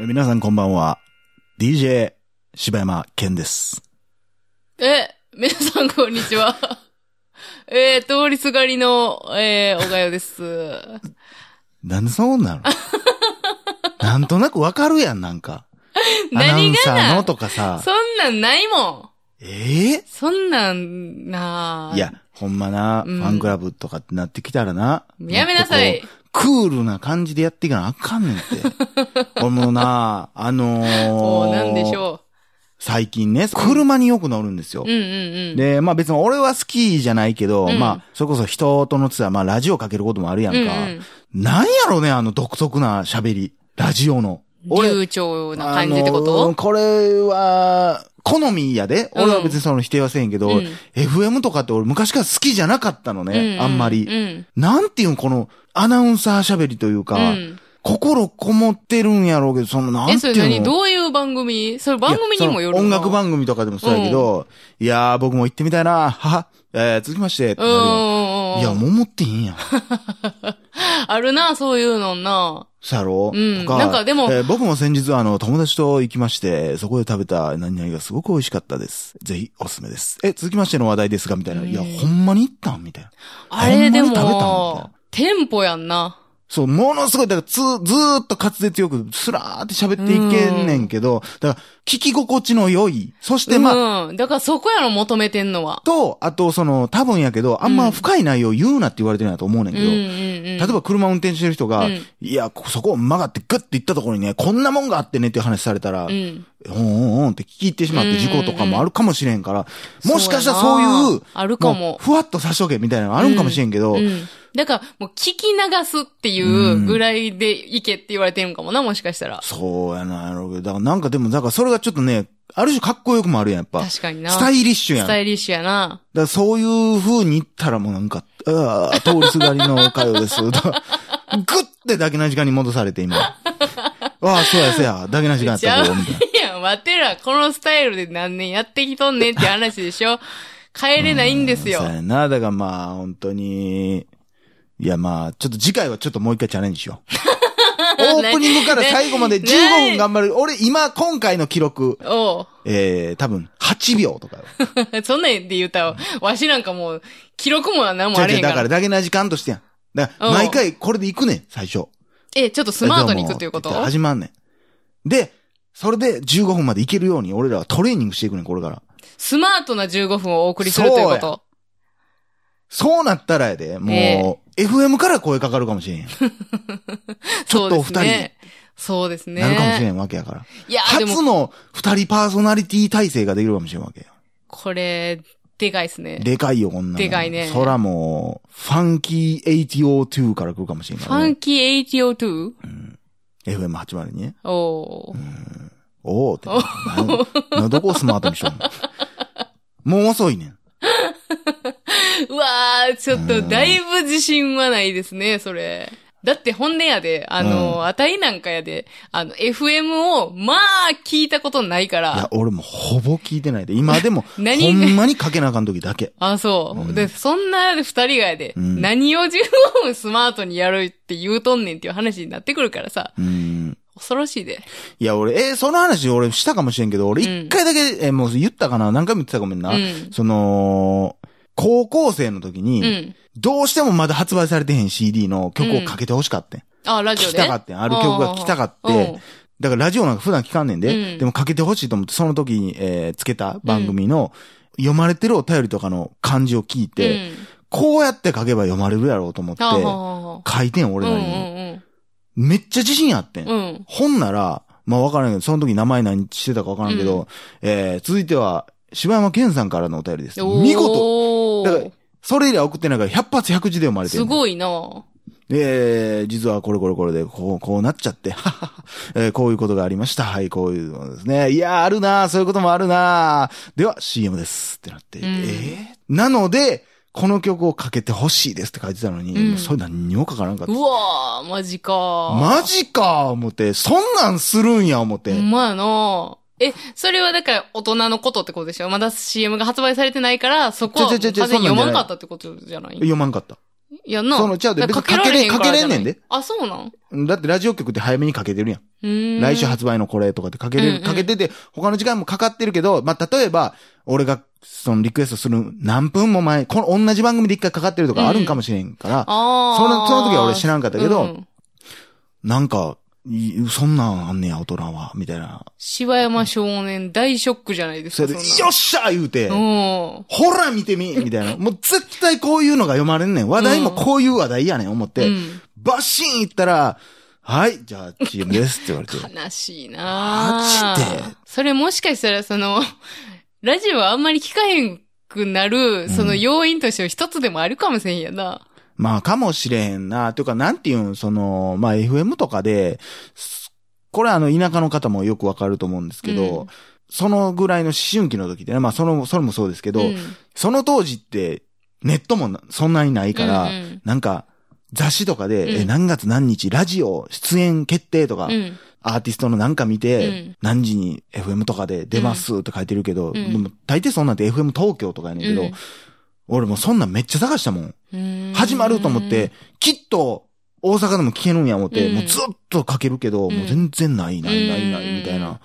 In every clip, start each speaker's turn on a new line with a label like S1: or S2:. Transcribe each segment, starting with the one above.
S1: え皆さんこんばんは。DJ 柴山健です。
S2: え、皆さんこんにちは。えー、通りすがりの、えー、おがよです。
S1: なんでそう なのなんとなくわかるやん、なんか。アナウ
S2: 何
S1: ンサ
S2: が
S1: ー
S2: な
S1: のとかさ。
S2: そんなんないもん。
S1: ええ
S2: そんなんなあ
S1: い。や、ほんまな、
S2: うん
S1: ファンクラブとかってなってきたらな。
S2: やめなさい
S1: もっとこう。クールな感じでやっていかなあかんねんっ て。俺もな、あのー、
S2: おうなんでしょ
S1: 最近ね、車によく乗るんですよ。
S2: う。うんうんうん。
S1: で、まあ別に俺は好きじゃないけど、
S2: うん
S1: まあ、それこそ人とのツアー、まあラジオかけることもあるやん
S2: うん
S1: か。なんやろね、あの独特な喋り。ラジオの。
S2: うん。流暢な感じってこ
S1: あ
S2: と、
S1: のーこれは、好みやで。
S2: うん
S1: 俺は別にその否定はせんけど、
S2: うん
S1: FM とかって俺昔から好きじゃなかったのね、
S2: うう
S1: あんまり。
S2: うん。
S1: なんていうん、このアナウンサー喋りというか、
S2: うん
S1: 心こもってるんやろうけど、その、な
S2: え、
S1: ん
S2: そ
S1: て
S2: れ
S1: いう
S2: 何
S1: の
S2: どういう番組それ番組にもよる
S1: いやその
S2: の
S1: 音楽番組とかでもそうやけど、いやー、僕も行ってみたいな、はは、えー、続きまして、ってなるよいや、
S2: うんうん
S1: も
S2: うん。
S1: う持っていいんやん。
S2: あるな、そういうのな。
S1: そやろ
S2: うん
S1: と
S2: なんかでも
S1: えー僕も先日あの、友達と行きまして、そこで食べた何々がすごく美味しかったです。ぜひおすすめです。え、続きましての話題ですが、みたいな。
S2: うん
S1: いや、ほんまに行ったんみたいな。
S2: あれで
S1: ほんまに食べたのみたい
S2: も
S1: な、
S2: テンポやんな。
S1: そう、ものすごい、だから、つ、ずーっと滑舌よく、スラーって喋っていけんねんけど、だから、聞き心地の良い、そしてまあ、
S2: うん。だからそこやろ、求めてんのは。
S1: と、あと、その、多分やけど、あんま深い内容言うなって言われてるんやと思うねん
S2: う
S1: け
S2: んうん
S1: ど、
S2: うん。
S1: 例えば車運転してる人が、
S2: うん
S1: いや、こそこを曲がってグッて行ったところにね、こんなもんがあってねっていう話されたら、
S2: う
S1: うん、
S2: ん。
S1: おんおんって聞き入ってしまって事故とかもあるかもしれんから、もしかしたら
S2: そ
S1: そうう
S2: やな
S1: いう、
S2: あるかも
S1: うふわっと差しとけみたいなのがあるんかもしれんけど、
S2: うん。だから、もう聞き流すっていうぐらいでいけって言われてるんかもな、もしかしたら。
S1: そうやな、やろうけど、だからなんかでも、だからそれがちょっとね、ある種かっこよくもあるやん、やっぱ。
S2: 確かにな。
S1: スタイリッシュやん。
S2: ス
S1: だか
S2: タイリッシュやな。
S1: らそういう風に言ったらもうなんか、ああ、通りすがりの会話 です。だからグッてだけな時間に戻されて、今。ああ、そうや、そうや、だけな時間やっ
S2: ちゃ
S1: た
S2: う
S1: けど、みたいな。
S2: いや、わてら、このスタイルで何年やってきとんねんって話でしょ。帰れないんですよ
S1: そう。やな。だからまあ、本当に。いやまあ、ちょっと次回はちょっともう一回チャレンジしよ う。オープニングから最後まで
S2: ね
S1: 15分頑張る。俺、今、今回の記録、
S2: おう。
S1: えー、多分、8秒とかよ。
S2: そんなんで言うたら、わしなんかもう、記録も何も
S1: じゃ
S2: あ
S1: あ
S2: れへん
S1: だ
S2: か。
S1: からら、だけな時間としてやん。だから、
S2: うん
S1: 毎回これで行くねん、最初。
S2: え、ちょっとスマートに行くっていうこと
S1: どもって言ったら始まんねん。で、それで15分まで行けるように、俺らはトレーニングしていくねん、これから。
S2: スマートな15分をお送りするというこ
S1: そう
S2: と。
S1: そうなったらやで、もう、FM から声かかるかも しれんやん。ちょっとお二人。
S2: そうですね。
S1: なるかもしれ
S2: ん。
S1: んわけやから。
S2: いや、で
S1: 初
S2: も、
S1: の二人パーソナリティ体制ができるかもしれんわけよ。
S2: これ、でかいっすね。
S1: でかいよ、こんなの
S2: でかいね
S1: そらもう、ファンキー802から来るかもしれん
S2: フ
S1: か
S2: ァ
S1: ら
S2: ン
S1: ね。
S2: キー 802?
S1: FM80 にね。
S2: おー
S1: おーって。などこをスマートにしようのもう遅いねん。
S2: うわー、ちょっと、だいぶ自信はないですね、それ。だって本音やで、あ
S1: う
S2: の、あたいなんかやで、あの、FM を、まあ、聞いたことないか
S1: いや
S2: ら、、
S1: 俺もほぼ聞いてないで。今 でも、ほ
S2: 何が
S1: んまにかけなあかん時だけ。
S2: あ、そう。
S1: うん
S2: で、そんな二人がやで、
S1: うん
S2: 何を15分スマートにやるって言うとんねんっていう話になってくるからさ、
S1: うん。
S2: 恐ろしいで。
S1: いや、俺、えーその話俺したかもしれんけど、俺
S2: うん
S1: 一回だけ、えーもう言ったかな何回も言ってたかごめんな。
S2: うん
S1: その、高校生の時に、
S2: うん。
S1: どうしてもまだ発売されてへん CD の曲をかけて欲しかってん。
S2: あ、ラジ
S1: 聞
S2: オ
S1: き
S2: で。
S1: たかってん。ある曲が聞きたかっ
S2: うん
S1: て。。だからラジオなんか普段聞かんねんで。
S2: うん
S1: でもかけて欲しいと思って、その時に、えーつけた番組の、読まれてるお便りとかの漢字を聞いて、
S2: うん、
S1: こうやって書けば読まれるやろうと思って、
S2: はあはあは
S1: 書いてん
S2: あ
S1: 俺
S2: うん
S1: な
S2: う
S1: りに。
S2: ん
S1: めっちゃ自信あってん。
S2: うん。うん。
S1: 本なら、まあわからんけど、その時名前何してたかわからんけど、えー続いては、柴山健さんからのお便りです。見事だから
S2: 事
S1: それ以来送ってないから100発100字で読まれてる。
S2: すごいな
S1: えー、実はこれこれこれで、こう、こうなっちゃって、 はははえーこういうことがありました。はい、こういうのですね。いやー、あるなーそういうこともあるなーでは、CM です。ってなって、
S2: うん
S1: えーなので、この曲をかけてほしいですって書いてたのに、
S2: うん
S1: もうそれ何にも書かなかった。
S2: うわー、マジか
S1: マジかー思って、そんなんするんや思って。
S2: ほんまやなえ、それはだから大人のことってことでしょまだ CM が発売されてないから、そこは
S1: ちょちょちょちょ
S2: 完全に
S1: そんなんじゃない
S2: 読まんかったってことじゃない
S1: 読まんかった。
S2: いやな。
S1: そのちゃうで
S2: だからかけられへんからじゃな
S1: 別
S2: い
S1: にかけれんねんで。
S2: あ、そうなん
S1: だってラジオ局って早めにかけてるやん。
S2: うーん。
S1: 来週発売のこれとかってかけれ
S2: うん
S1: る、
S2: うん
S1: かけてて、他の時間もかかってるけど、まあ、例えば、俺が、そのリクエストする何分も前、この同じ番組で一回かかってるとかあるんかもしれんから、
S2: ああ。
S1: その、その時は俺知らんかったけど、
S2: うん
S1: なんか、いそんなんあんねや、大人は、みたいな。
S2: 柴山少年大ショックじゃないです
S1: そ
S2: か。
S1: れで、よ
S2: そんな
S1: っしゃ言うて、
S2: うん。
S1: ほら見てみみ たいな。もう絶対こういうのが読まれんねん。話題もこういう話題やねん、思って。
S2: うん
S1: バシーン言ったら、はい、じゃあ CM ですって言われて。
S2: 悲しいなぁ
S1: マジで
S2: それもしかしたら、その、 ラジオあんまり聞かへんくなる、その要因としては一つでもあるかもしれんやな。
S1: まあ、かもしれへんな。というか、なんていうん、その、まあ、FM とかで、すこれあの、田舎の方もよくわかると思うんですけど、
S2: うん
S1: そのぐらいの思春期の時ってね、まあ、その、それもそうですけど、
S2: ん
S1: その当時って、ネットもなそんなにないから、
S2: うんうん
S1: なんか、雑誌とかで、
S2: うん
S1: え、何月何日、ラジオ出演決定とか、
S2: うん。
S1: アーティストのなんか見て、
S2: うん
S1: 何時に FM とかで出ますって書いてるけど、
S2: ん
S1: でも大抵そんなんて FM 東京とかやねんけど、
S2: うん
S1: 俺もうそんなんめっちゃ探したもん。
S2: うん
S1: 始まると思って、、きっと大阪でも聞けるんや思って、
S2: うん
S1: もうずっとかけるけど、
S2: うん
S1: もう全然ないないないな
S2: うん
S1: い、みたいな。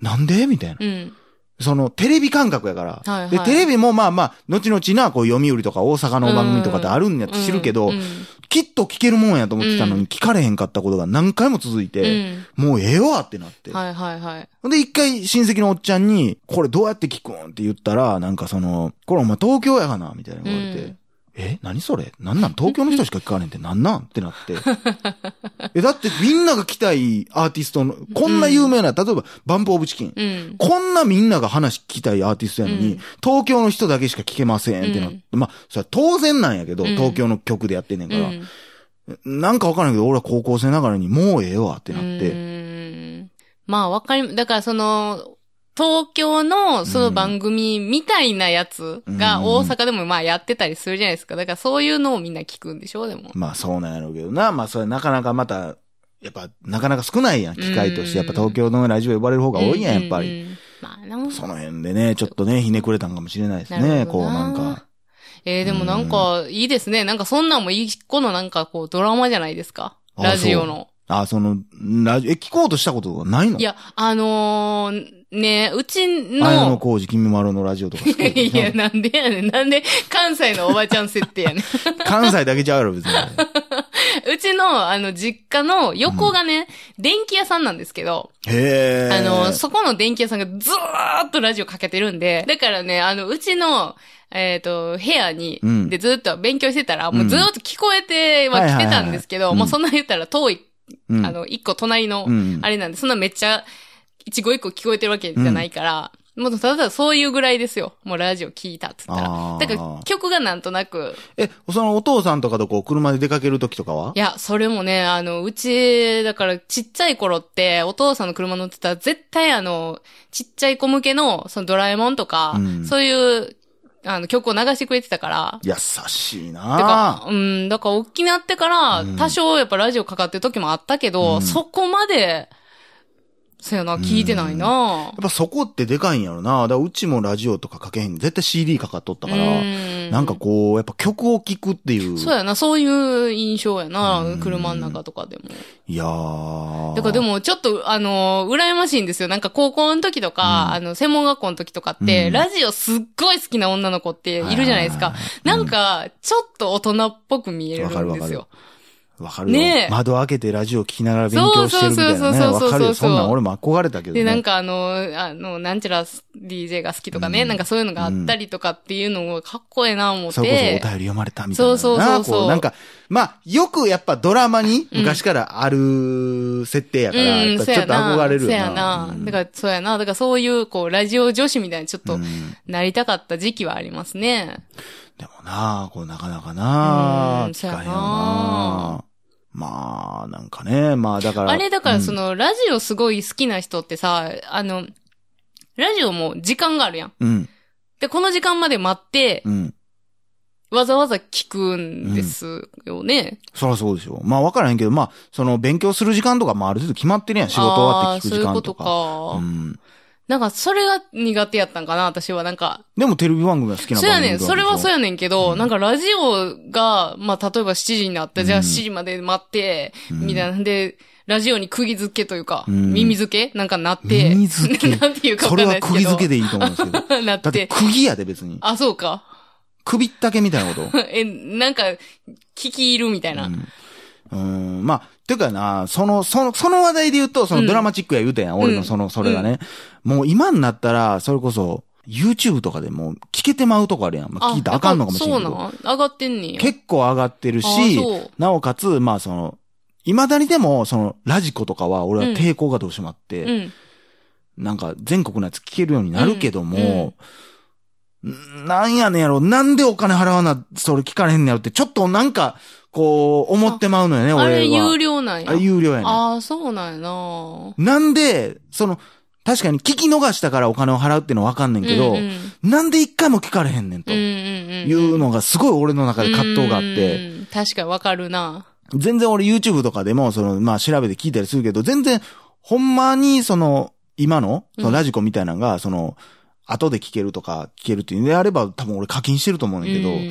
S1: なんでみたいな。
S2: うん。
S1: その、テレビ感覚やから。
S2: はい
S1: で、
S2: はい
S1: テレビもまあまあ、後々な、こう、読売とか大阪の番組とかってあるんやって知るけど、
S2: うん
S1: きっと聞けるもんやと思ってたのに、聞かれへんかったことが何回も続い
S2: うん
S1: て、もうええわってなって。
S2: うんはいはいはい。
S1: で、一回親戚のおっちゃんに、これどうやって聞くんって言ったら、なんかその、これお前東京やがな、みたいな言われて、
S2: うん
S1: え何それなんなん東京の人しか聞かねんってなんなんってなって。 え、だってみんなが来たいアーティストの、こんな有名な、例えばバンプオブチキン。
S2: うん。
S1: こんなみんなが話聞きたいアーティストやのに、
S2: うん
S1: 東京の人だけしか聞けませんってなって、まあ、それは当然なんやけど、
S2: うん
S1: 東京の曲でやってんねんから、
S2: うん
S1: なんかわからんけど、俺は高校生ながらにもうええわってなって、
S2: うんまあわかり、だからその、東京のその番組みたいなやつが
S1: うん
S2: 大阪でもまあやってたりするじゃないですか。だからそういうのをみんな聞くんでしょでも。
S1: まあそうなんやろうけどな。まあそれなかなかまた、やっぱなかなか少ないやん、機会として。
S2: う
S1: や
S2: ん
S1: っぱ東京のラジオ呼ばれる方が多いやん、やっぱ
S2: う
S1: り。
S2: んうんうん。まあな。
S1: その辺でね、ちょっとね、ひねくれたんかもしれないです
S2: なる
S1: ね。
S2: ほ
S1: こう
S2: ど
S1: な
S2: な
S1: んか。
S2: えー、でもなんかいいですね。なんかそんなんも一個のなんかこうドラマじゃないですか。
S1: あ
S2: ラジオの。
S1: あ、その、ラジオ、え、聞こうとしたことがないの
S2: いや、あのー、ね、うち
S1: 綾野
S2: の、
S1: 浩二、君丸のラジオとか好き
S2: いや、なんでやねん。なんで関西のおばちゃん設定やねん。
S1: 関西だけちゃうやろ、別に。
S2: うちの、あの、実家の横がね、電気屋さんなんですけど、
S1: へえ。
S2: あの、そこの電気屋さんがずーっとラジオかけてるんで、だからね、あの、うちの、えっ、と、部屋に、
S1: うん
S2: でずーっと勉強してたら、
S1: うん
S2: もうずーっと聞こえては来てたんですけど、
S1: はいはいはいはい
S2: もうそんな言ったら遠い、
S1: うん、
S2: あの、一個隣の
S1: う、ん、
S2: あれなんで、そんなめっちゃ、一語一個聞こえてるわけじゃないから、もうただそういうぐらいですよ。もうラジオ聞いたっつった
S1: あ
S2: ら。
S1: ー
S2: だから曲がなんとなく、
S1: え、そのお父さんとかとこう、車で出かけるときとかはい
S2: や、それもね、あの、うち、だから、ちっちゃい頃って、お父さんの車乗ってたら、絶対あの、ちっちゃい子向けの、そのドラえもんとか、
S1: うん
S2: そういう、あの、曲を流してくれてたから、
S1: 優しい
S2: だ
S1: な
S2: から、うん、だから、大きなってから、
S1: うん
S2: 多少やっぱラジオかかってる時もあったけど、
S1: うん
S2: そこまで、そうやな、聞いてないな
S1: やっぱそこってでかいんやろな。だからうちもラジオとかかけへん。絶対 CD かかっとったから。
S2: うん
S1: なんかこう、やっぱ曲を聴くっていう。
S2: そうやな、そういう印象やな
S1: うん、
S2: 車の中とかでも。
S1: いやー。
S2: だからで、もちょっと、あのー、羨ましいんですよ。なんか高校の時とか、
S1: うん
S2: あの、専門学校の時とかって、
S1: うん
S2: ラジオすっごい好きな女の子っているじゃないです
S1: は
S2: か
S1: い。
S2: なんか、ちょっと大人っぽく見えるん
S1: わかるわ
S2: で
S1: か
S2: す
S1: る
S2: よ。
S1: わかるよ。
S2: ねえ
S1: 窓開けてラジオ聴きながら勉強してるみたいなね。
S2: そうそう
S1: わ
S2: そうそうそう
S1: かるよ。そんなん俺も憧れたけどね。
S2: で、なんかあのー、あの、なんちゃら DJ が好きとかね、
S1: うん
S2: なんかそういうのがあったりとかっていうのがかっこええな思っ
S1: それこそお便り
S2: て。
S1: 読まれたみたいなな。
S2: そうそうそうそう
S1: こなんか、まあ、よくやっぱドラマに昔からある設定やから、やっぱ
S2: そ
S1: ちょっ
S2: や
S1: と
S2: な。
S1: 憧れるよ
S2: そ
S1: な。
S2: やな
S1: う。ん
S2: だから、そうやな。だからそういう、こう、ラジオ女子みたいにちょっ
S1: う
S2: と
S1: ん、
S2: なりたかった時期はありますね。
S1: でもな、こうなかなかな、
S2: うん
S1: 聞かへんよな
S2: そやな。
S1: まあ、なんかね、まあだから。
S2: あれだか
S1: う
S2: ら
S1: ん
S2: そ、の、ラジオすごい好きな人ってさ、あの、ラジオも時間があるやん。
S1: うん、
S2: で、この時間まで待って、
S1: うん。
S2: わざわざ聞くんですよね。
S1: そりゃそうでしょ。まあ分からへんけど、まあ、その勉強する時間とか、まあある程度決まってるやん、仕事終わって聞く時間とか。
S2: あーそう
S1: う
S2: いうことか。
S1: ん。
S2: なんか、それが苦手やったんかな、私は。なんか、
S1: でもテレビ番組が好きな番
S2: そう
S1: 組
S2: やねん。それはそう
S1: や
S2: やねんけど、
S1: うん
S2: なんかラジオが、まあ、例えば7時になって、じゃあ
S1: う
S2: 7
S1: ん
S2: 時まで待って、
S1: うん
S2: みたいなんで、ラジオに釘付けというか、
S1: うん
S2: 耳付けなんかなって。
S1: 耳付け
S2: なんていうかわ
S1: そ
S2: か
S1: れ
S2: んな
S1: はい
S2: ですけ
S1: 釘
S2: ど。
S1: 付けでいいと思うんですけ ど。
S2: けで。な
S1: だ
S2: っ
S1: って
S2: て。
S1: 釘やで別に。
S2: あ、そうか。
S1: 首ったけみたいなこと
S2: え、なんか、聞き入るみたいな。
S1: うん、うんまあ、ていうかな、その、その、その話題で言うと、そうの
S2: ん
S1: ドラマチックや言うてんや、ん、俺のその、それがね。もう今になったら、それこそ、YouTube とかでも聞けてまうとこあるやん。まあ、聞いたらあかんのかもしれんけ
S2: そう
S1: ど
S2: なん上がってんねんよ。
S1: 結構上がってる
S2: あ
S1: し
S2: そう、
S1: なおかつ、まあその、未だにでも、その、ラジコとかは、俺は抵抗がどうしてもあって、
S2: うん。
S1: なんか全国のやつ聞けるようになるけども、んなんやねんやろ、なんでお金払わな、それ聞かれへんねやろって、ちょっとなんか、こう、思ってまうのよね、
S2: あれ、
S1: 俺は。
S2: 有料なんや。
S1: あれ有料やねん。
S2: ああ、そうなんやな
S1: なんで、その、確かに聞き逃したからお金を払うっていうのはわかんねんけど、
S2: うんうん
S1: なんで一回も聞かれへんねんと。
S2: うん
S1: い
S2: うんうん。
S1: うのがすごい俺の中で葛藤があって、
S2: うん。確かにわかるな。
S1: 全然俺 YouTube とかでも、その、まあ調べて聞いたりするけど、全然、ほんまに、その、今の、そのラジコみたいなのが、その、後で聞けるとか、聞けるっていうんであれば、多分俺課金してると思うねんだけど、
S2: うん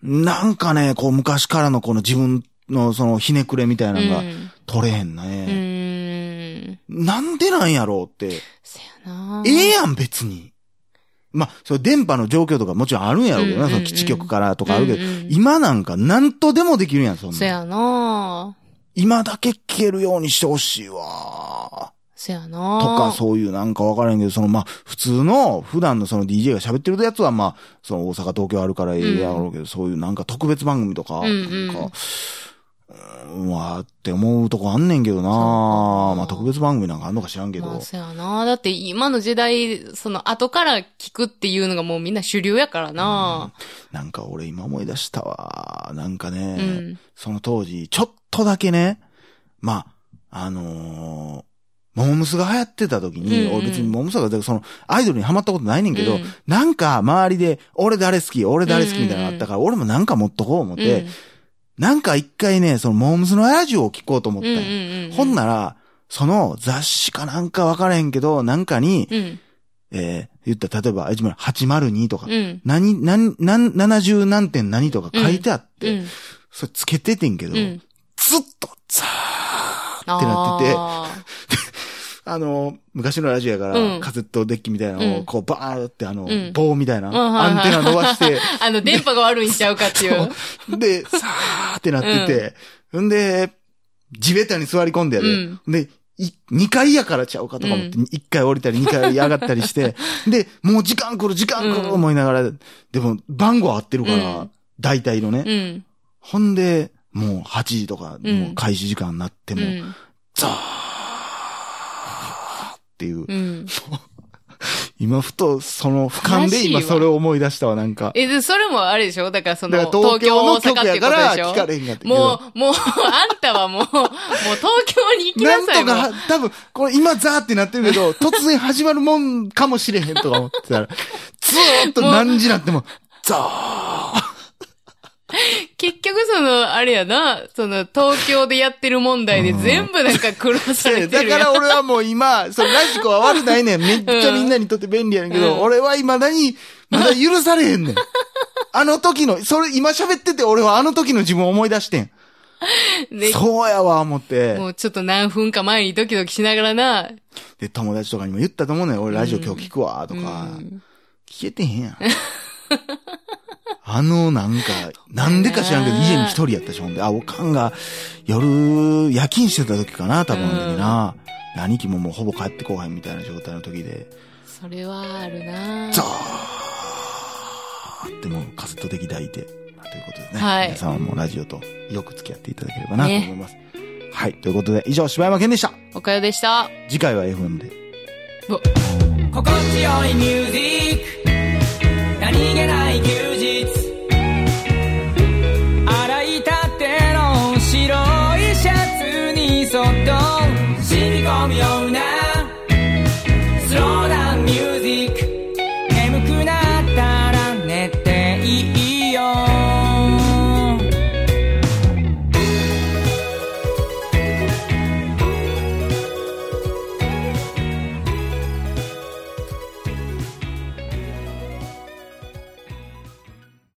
S1: なんかね、こう昔からのこの自分のそのひねくれみたいなのが取れへん
S2: うんう
S1: ね。
S2: ん。
S1: なんでなんやろうって。
S2: せやな
S1: ええやん、別に。まあ、それ電波の状況とかもちろんあるんやろうけどな、
S2: うんうんうん
S1: その基地局からとかあるけど、
S2: うんうん
S1: 今なんか何とでもできるやん、そん
S2: せ
S1: なん。
S2: やな
S1: 今だけ聞けるようにしてほしいわ。
S2: せや
S1: と
S2: な
S1: か、そういうなんかわからへんけど、そのまあ、普通の、普段のその DJ が喋ってるやつはまあ、その大阪、東京あるからええやろうけど、そういうなんか特別番組とか、
S2: うんうん
S1: なんか、うん、わーって思うとこあんねんけどな
S2: そうか
S1: まあ特別番組なんかあんのか知らんけど。
S2: まあ、せやなだって今の時代、その後から聞くっていうのがもうみんな主流やからな
S1: なんか俺今思い出したわ。なんか
S2: う
S1: ね、
S2: ん。
S1: その当時、ちょっとだけね、まあ、あのー、モモムスが流行ってた時に、
S2: うんうん
S1: 俺別にモモムスが、その、アイドルにハマったことないねんけど、
S2: うん
S1: なんか周りで、俺誰好き、俺誰好きみたいなのあったから、俺もなんか持っとこう思っ
S2: うん。
S1: て、なんか一回ね、そのモモムスのラジオを聞こうと思っ
S2: うん
S1: た
S2: うん
S1: よ、
S2: んうん。
S1: ほんなら、その雑誌かなんかわからへんけど、なんかに、
S2: うん。
S1: えー、言ったら例えば、あいつも802とか、
S2: うん。
S1: 何、何、何、70何点何とか書いてあって、
S2: うん。
S1: それつけててんけど、
S2: うん。
S1: ずっと、ザーってなってて、あ
S2: あー
S1: の、昔のラジオやから、
S2: うん
S1: カセットデッキみたいなのを、
S2: うん
S1: こう、バーってあの、
S2: うん
S1: 棒みたいな、
S2: うんはい
S1: アン
S2: はい
S1: テナ伸ばして、
S2: あの、電波が悪いんちゃうかって いう。
S1: で、さーってなってて、んで、地べたに座り込んでやで、で、い2階やからちゃうかとか思って、
S2: う
S1: 1階降りたり2階上がったり して、で、もう時間来る時間来る
S2: うん
S1: 思いながら、でも番号合ってるから、
S2: うん
S1: 大体のね、
S2: うん。
S1: ほんで、もう8時とか、
S2: うん
S1: もう開始時間になって
S2: う
S1: も、
S2: ん。
S1: ザーっていう、
S2: うん。
S1: 今ふとその俯瞰で今
S2: らしいわ
S1: それを思い出したわ、なんか。
S2: え、で、それもあれでしょだからそ
S1: だ
S2: の、
S1: から東
S2: 東京、
S1: 京の
S2: 大阪
S1: 曲
S2: って
S1: や
S2: いう
S1: か
S2: こと
S1: ら
S2: でし
S1: 聞か
S2: ょ
S1: れへんかったけど。
S2: もう、もう、あんたはもう、もう東京に行き
S1: な
S2: なんさい
S1: と
S2: も
S1: か
S2: う。、
S1: 多分、これ今ザーってなってるけ ど、突然始まるもんかもしれへんとか思ってたら、ずーっと何時なっても、ザー
S2: 結局その、あれやな、その、東京でやってる問題で
S1: うん
S2: 全部なんか苦労されて
S1: だ
S2: る
S1: か
S2: やん。
S1: ら俺はもう今、そのラジコは悪ないねん。めっちゃみんなにとって便利やねんけど、
S2: うん
S1: 俺は未だに、まだ許されへん ねん。あの時の、それ今喋ってて俺はあの時の自分を思い出してん。
S2: ね
S1: そうやわ、思って。
S2: もうちょっと何分か前にドキドキしながらな。
S1: で、友達とかにも言ったと思うねん。俺ラジオ今日聞くわ、とか。
S2: うん
S1: 聞けてへんやん。あの、なん か、なんでか知らんけど、家に一人やったし、ほんで。あ、おかんが、夜、夜勤してた時かな、多分、
S2: うん
S1: な。で兄貴ももうほぼ帰ってこうへんみたいな状態の時で、
S2: それはあるな
S1: ザーってもうカセット的抱いて、ということでね。
S2: はい
S1: 皆様もラジオとよく付き合っていただければなと思います。はい。ということで、以上、柴山健でした。
S2: おかよでした。
S1: 次回は FM で。
S3: 心地よいミュージック何気ない